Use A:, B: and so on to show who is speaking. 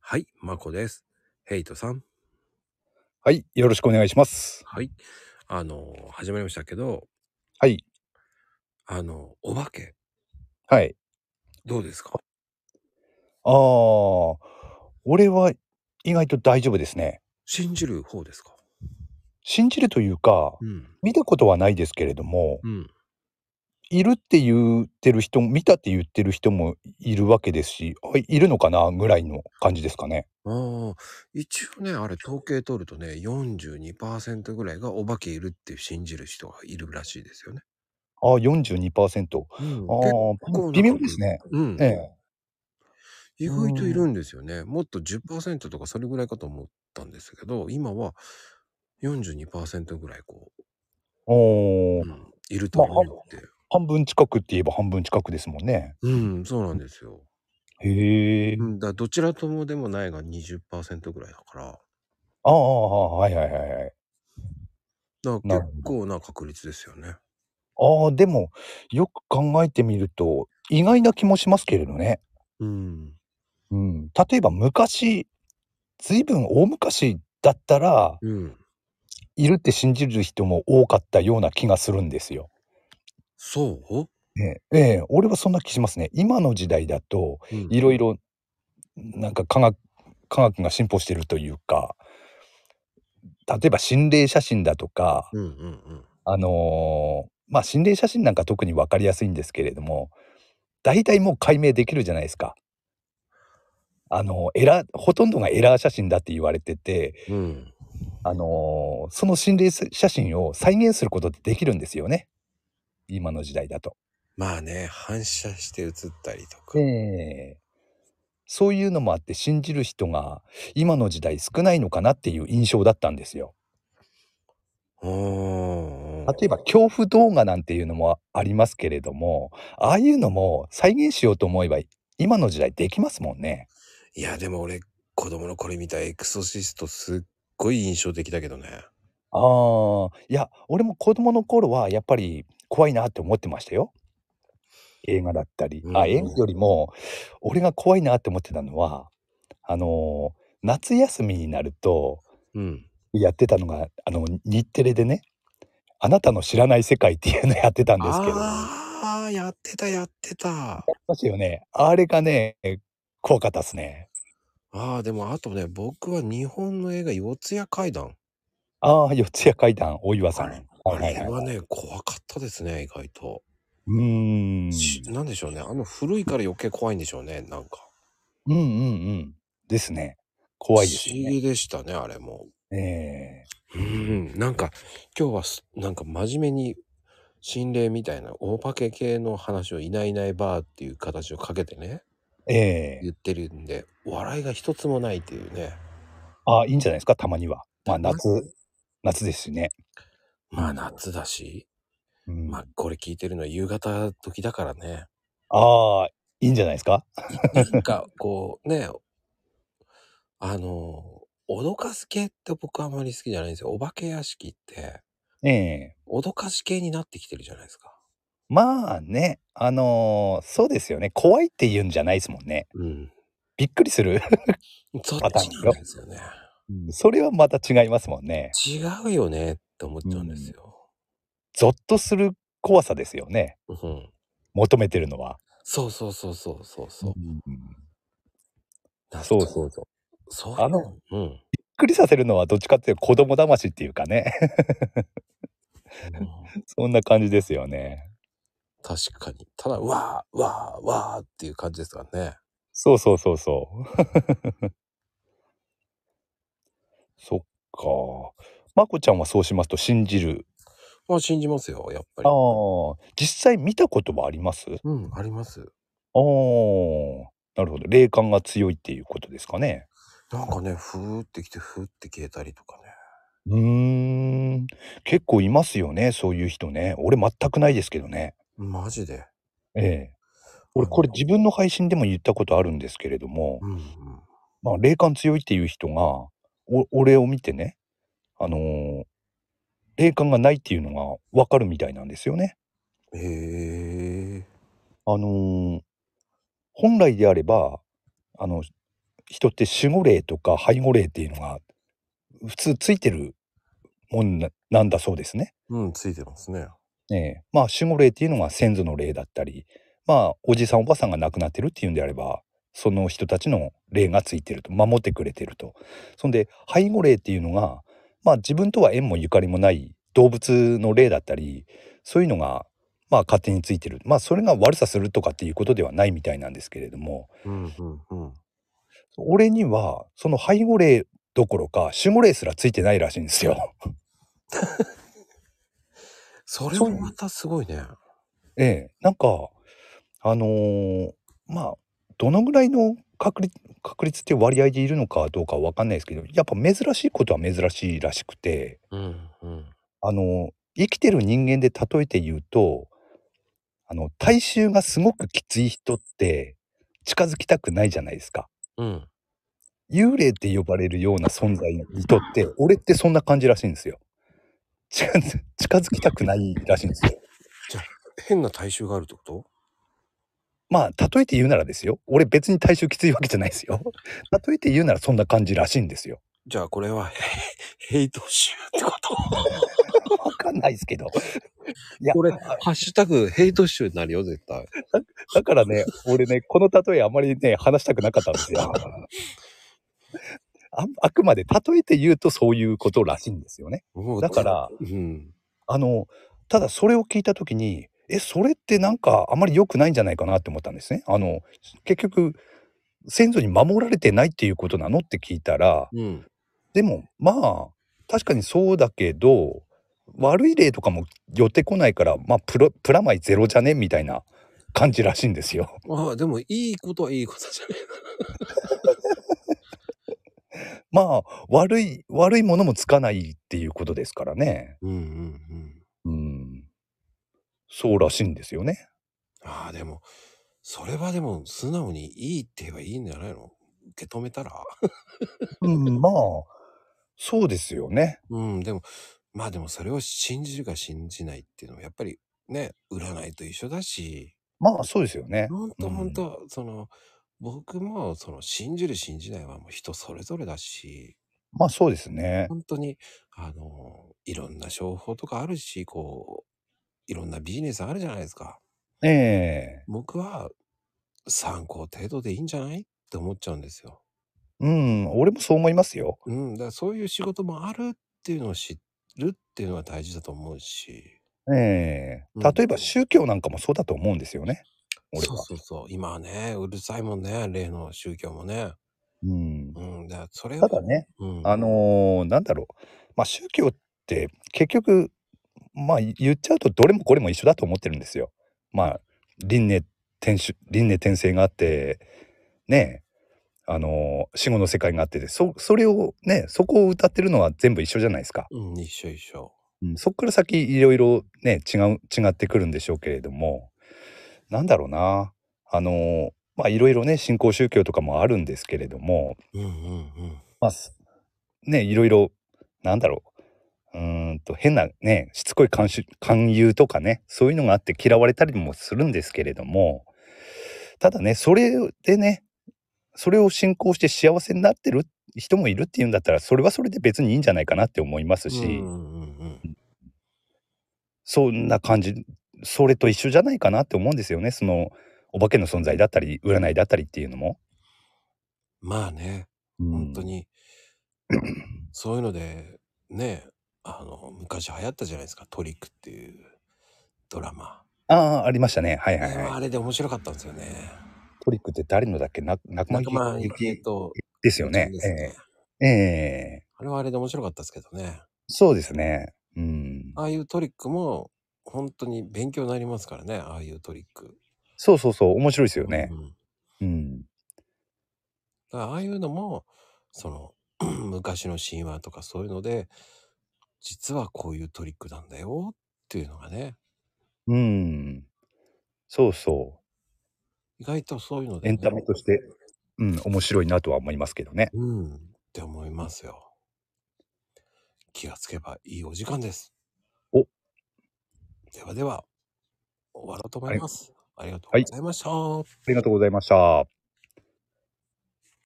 A: はい、まこです。ヘイトさん。
B: はい、よろしくお願いします。
A: はい。あの、始まりましたけど。
B: はい。
A: あの、お化け。
B: はい。
A: どうですか
B: ああ、俺は意外と大丈夫ですね。
A: 信じる方ですか
B: 信じるというか、
A: うん。
B: 見たことはないですけれども、
A: うん。
B: いるって言ってる人も、見たって言ってる人もいるわけですし、あ、いるのかなぐらいの感じですかね。
A: ああ、一応ね、あれ統計取るとね、42%ぐらいがお化けいるって信じる人がいるらしいですよね。
B: ああ、42%。
A: うん、
B: あ
A: 結
B: あ、
A: 構
B: 微
A: な
B: 妙
A: 確
B: ですね。
A: うん。
B: ええ。
A: 意
B: う
A: 外とい
B: ーん。
A: るんですよね。もっと10%とかそれぐらいかと思ったんですけど、今は42%ぐらいこう、
B: おお、
A: うん、いると
B: まあ、
A: い
B: は
A: うって。
B: 半分近くって言えば半分近くですもんね。
A: うん、そうなんですよ。
B: へ
A: う
B: え。
A: ん、だどちらともでもないが20%ぐらいだから、
B: ああ、ああはいはいはいはい。
A: だから
B: な
A: 結
B: るほど。
A: 構な確率ですよね。
B: ああ、でも、よく考えてみると、意外な気もしますけれどね。
A: うん。
B: うん。例えば昔、ずいぶん大昔だったら、
A: うん。
B: いるって信じる人も多かったような気がするんですよ。
A: そ
B: ええ、ええ、俺はそんな気しますね。今の時代だと、
A: ううん。
B: いろいろ、なんか科学科学が進歩してるというか、例えば心霊写真だとか、
A: うんうんうん。
B: あの、ま、心霊写真なんか特に分かりやすいんですけれども、大体もう解明できるじゃないですか。あの、エラーほとんどがエラー写真だって言われてて、
A: うん。
B: あの、その心霊す写真を再現することってできるんですよね。今の時代だと。
A: まあね、反射して映ったりとか。
B: ええ。そういうのもあって、信じる人が今の時代少ないのかなっていう印象だったんですよ。
A: ああ。
B: 例えば恐怖動画なんていうのもありますけれども、ああいうのも再現しようと思えば、今の時代できますもんね。
A: いや、でも俺、子供の頃見たエクソシストすっごい印象的だけどね。
B: ああ、いや、俺も子供の頃はやっぱり怖いなって思ってましたよ。映画だったり。
A: うん
B: あ、映
A: う
B: 画
A: ん。
B: よりも、俺が怖いなって思ってたのは、あの、夏休みになると、
A: うん。
B: やってたのが、あの、日テレでね、あなたの知らない世界っていうのやってたんですけれども。
A: ああ、やってたやってた。
B: やりますよね。あれがね、怖かったっすね。
A: ああ、でもあとね、僕は日本の映画四谷怪談。
B: ああ、四谷怪談、大岩さ
A: あれ、
B: ん。はい
A: あ
B: はいはい
A: れ
B: はい。
A: はね、怖かったですね、意外と。
B: うー
A: し
B: ん。
A: なんでしょうね。あの古いから余計怖いんでしょうね、なんか。
B: うんうんうん。ですね。怖いです
A: 不
B: よ
A: 思
B: ね。
A: 議でしたね、あれも。
B: ええ
A: うん、なんか今日はすなんか真面目に心霊みたいな大化け系の話をいないいないばーっていう形をかけてね、
B: ええ
A: 言ってるんで、笑いが一つもないっていうね。
B: ああ、いいんじゃないですか、たまには。ま
A: た
B: あ、
A: ま
B: 夏、
A: に、
B: 夏ですしね。う
A: まあ
B: ん。
A: 夏だし、
B: う
A: まあ
B: ん。
A: これ聞いてるのは夕方時だからね。
B: ああ、いいんじゃないですか。
A: いなんかこうね、あの、脅かす系って僕はあまり好きじゃないんですよ。お化け屋敷って、
B: ええ
A: 脅かし系になってきてるじゃないですか。
B: まあね、あのーそうですよね。怖いって言うんじゃないですもんね。
A: うん。
B: びっくりする
A: そっ
B: パターン
A: ち
B: で
A: なん
B: すよ。
A: ですよね。
B: うんそれはまた違いますもんね。
A: 違うよねって思っ
B: う
A: ちゃうんです
B: ん。
A: よ。
B: ゾッとする怖さですよね。
A: うん。
B: 求めてるのは。
A: そうそうそうそうそう
B: う
A: そう。
B: ん、
A: だ
B: そう
A: そ
B: そうそう。
A: そうい
B: あ
A: う
B: の、
A: の、うん。
B: びっくりさせるのはどっちかっていうと子供騙しっていうかね。
A: うん
B: そんな感じですよね。
A: 確かに。ただ、わー、わー、わーっていう感じですからね。
B: そうそうそうそう。 そっか。まこちゃんはそうしますと信じる。
A: まあ信じますよ、やっぱ
B: あ
A: り。
B: あ、実際見たことはありますああ、
A: うん、あります。
B: なるほど。霊感が強いっていうことですかね。
A: なんかね、ふーってきて、ふーって消えたりとかね。
B: うーん。結構いますよね、そういう人ね。俺全くないですけどね。
A: マジで。
B: ええ。
A: あ
B: 俺これ
A: の、
B: 自分の配信でも言ったことあるんですけれども、
A: うんうん。
B: まあ、霊感強いっていう人が、お俺を見てね、あのー霊感がないっていうのがわかるみたいなんですよね。
A: へえ。
B: あのー本来であれば、あの、人って守護霊とか背後霊っていうのが普通ついてるもんななんだそうですね。
A: うん、ついてますね。
B: ええまあ守護霊っていうのが先祖の霊だったりまあおじさんおばさんが亡くなってるっていうんであればその人たちの霊がついてると守ってくれてるとそんで背後霊っていうのがまあ自分とは縁もゆかりもない動物の霊だったりそういうのがまあ勝手についてるまあそれが悪さするとかっていうことではないみたいなんですけれども
A: うん、うん、うん。
B: 俺にはその背後霊どころか守護霊すらついてないらしいんですよ。
A: それもまたすごいね。
B: ええ、なんかあのーまあどのぐらいの確率確率って割合でいるのかどうかわかんないですけどやっぱ珍しいことは珍しいらしくて
A: うん、うん。
B: あのー生きてる人間で例えて言うとあの体臭がすごくきつい人って近づきたくないじゃないですか。
A: うん。
B: 幽霊って呼ばれるような存在にとって俺ってそんな感じらしいんですよ。近づ近づきたくないらしいんですよ。
A: 変な体臭があるってこと
B: まあ例えて言うならですよ俺別に体臭きついわけじゃないですよ例えて言うならそんな感じらしいんですよ
A: じゃあこれは、へヘイト臭ってこと
B: わかんないですけどいや
A: これ、
B: あ
A: ハッシュタグヘイト臭になるよ、絶対。
B: だからね俺ねこの例えあまりね話したくなかったんですよああくまで例えて言うとそういうことらしいんですよね
A: も
B: だから
A: うん。
B: あのただそれを聞いた時にえそれってなんかあまり良くないんじゃないかなって思ったんですねあの結局先祖に守られてないっていうことなのって聞いたら
A: うん。
B: でもまあ確かにそうだけど悪い例とかも寄ってこないからまあプロプラマイゼロじゃねみたいな感じらしいんですよ。
A: ああ、でもいいことはいいことじゃない。
B: まあ悪い悪いものもつかないっていうことですからね。
A: うんうんうん。
B: うん。そうらしいんですよね。
A: ああ、でも、それはでも素直にいいって言えばいいんじゃないの受け止めたら
B: うん、まあそうですよね。
A: うん、でも、まあでもそれを信じるか信じないっていうのはやっぱりね、占いと一緒だし、
B: まあそうですよね。
A: ほんと
B: うん
A: ほんと、その、僕もその信じる信じないはもう人それぞれだし、
B: まあそうですね。
A: 本当にあのいろんな商法とかあるしこういろんなビジネスあるじゃないですか
B: ええ
A: 僕は参考程度でいいんじゃないって思っちゃうんですよ、
B: うん俺もそう思いますよ。
A: うん、だからそういう仕事もあるっていうのを知るっていうのは大事だと思うし
B: ええ
A: うん
B: 例えば宗教なんかもそうだと思うんですよね。俺
A: そう
B: は。
A: そうそう今はねうるさいもんね例の宗教もね
B: うん
A: うんだからそれを
B: ただね
A: うん、
B: あのーなんだろう、まあ、宗教って結局まあ言っちゃうとどれもこれも一緒だと思ってるんですよ。まあ輪廻転生輪廻転生があってねあのー死後の世界があってでそそれをねそこを歌ってるのは全部一緒じゃないですか。
A: うん、一緒一緒
B: うんそこから先いろいろね違う違ってくるんでしょうけれどもなんだろうなあのーまあいろいろね信仰宗教とかもあるんですけれども、
A: うんうんうん
B: まあ、すね、いろいろ、なんだろう。うーんと、変なね、しつこい慣習勧誘とかね、そういうのがあって嫌われたりもするんですけれども、ただね、それでね、それを信仰して幸せになってる人もいるっていうんだったら、それはそれで別にいいんじゃないかなって思いますし、
A: うんうんうん
B: そんな感じ、それと一緒じゃないかなって思うんですよね。その、お化けの存在だったり、占いだったりっていうのも。
A: まあね本当。 に、そういうのでねあの昔流行ったじゃないですか「トリック」っていうドラマ、
B: ああ、ありましたね。はいはい
A: あ
B: はい。
A: れで面白かったんですよね
B: トリックって誰のだっけな仲間
A: 仲間
B: 由
A: 由
B: 紀
A: 紀恵と
B: ですよね。
A: ですね
B: ええええ
A: あれはあれで面白かったですけどね
B: そうですね。うん。
A: ああいうトリックも本当に勉強になりますからねああいうトリック
B: そうそうそう、面白いですよね
A: う。ん、だ
B: うん。
A: からああいうのもその 昔の神話とかそういうので実はこういうトリックなんだよっていうのがね
B: うん。そうそ
A: 意外とそういうの
B: う。
A: で、
B: エ
A: ね、
B: ンタメとして、うん、面白いなとは思いますけどね。
A: うん、って思いますよ。気がつけばいいお時間です。
B: お
A: ではでは、終わろうと思います。ありがと
B: は
A: う
B: い
A: ございました。
B: ありがとうございました。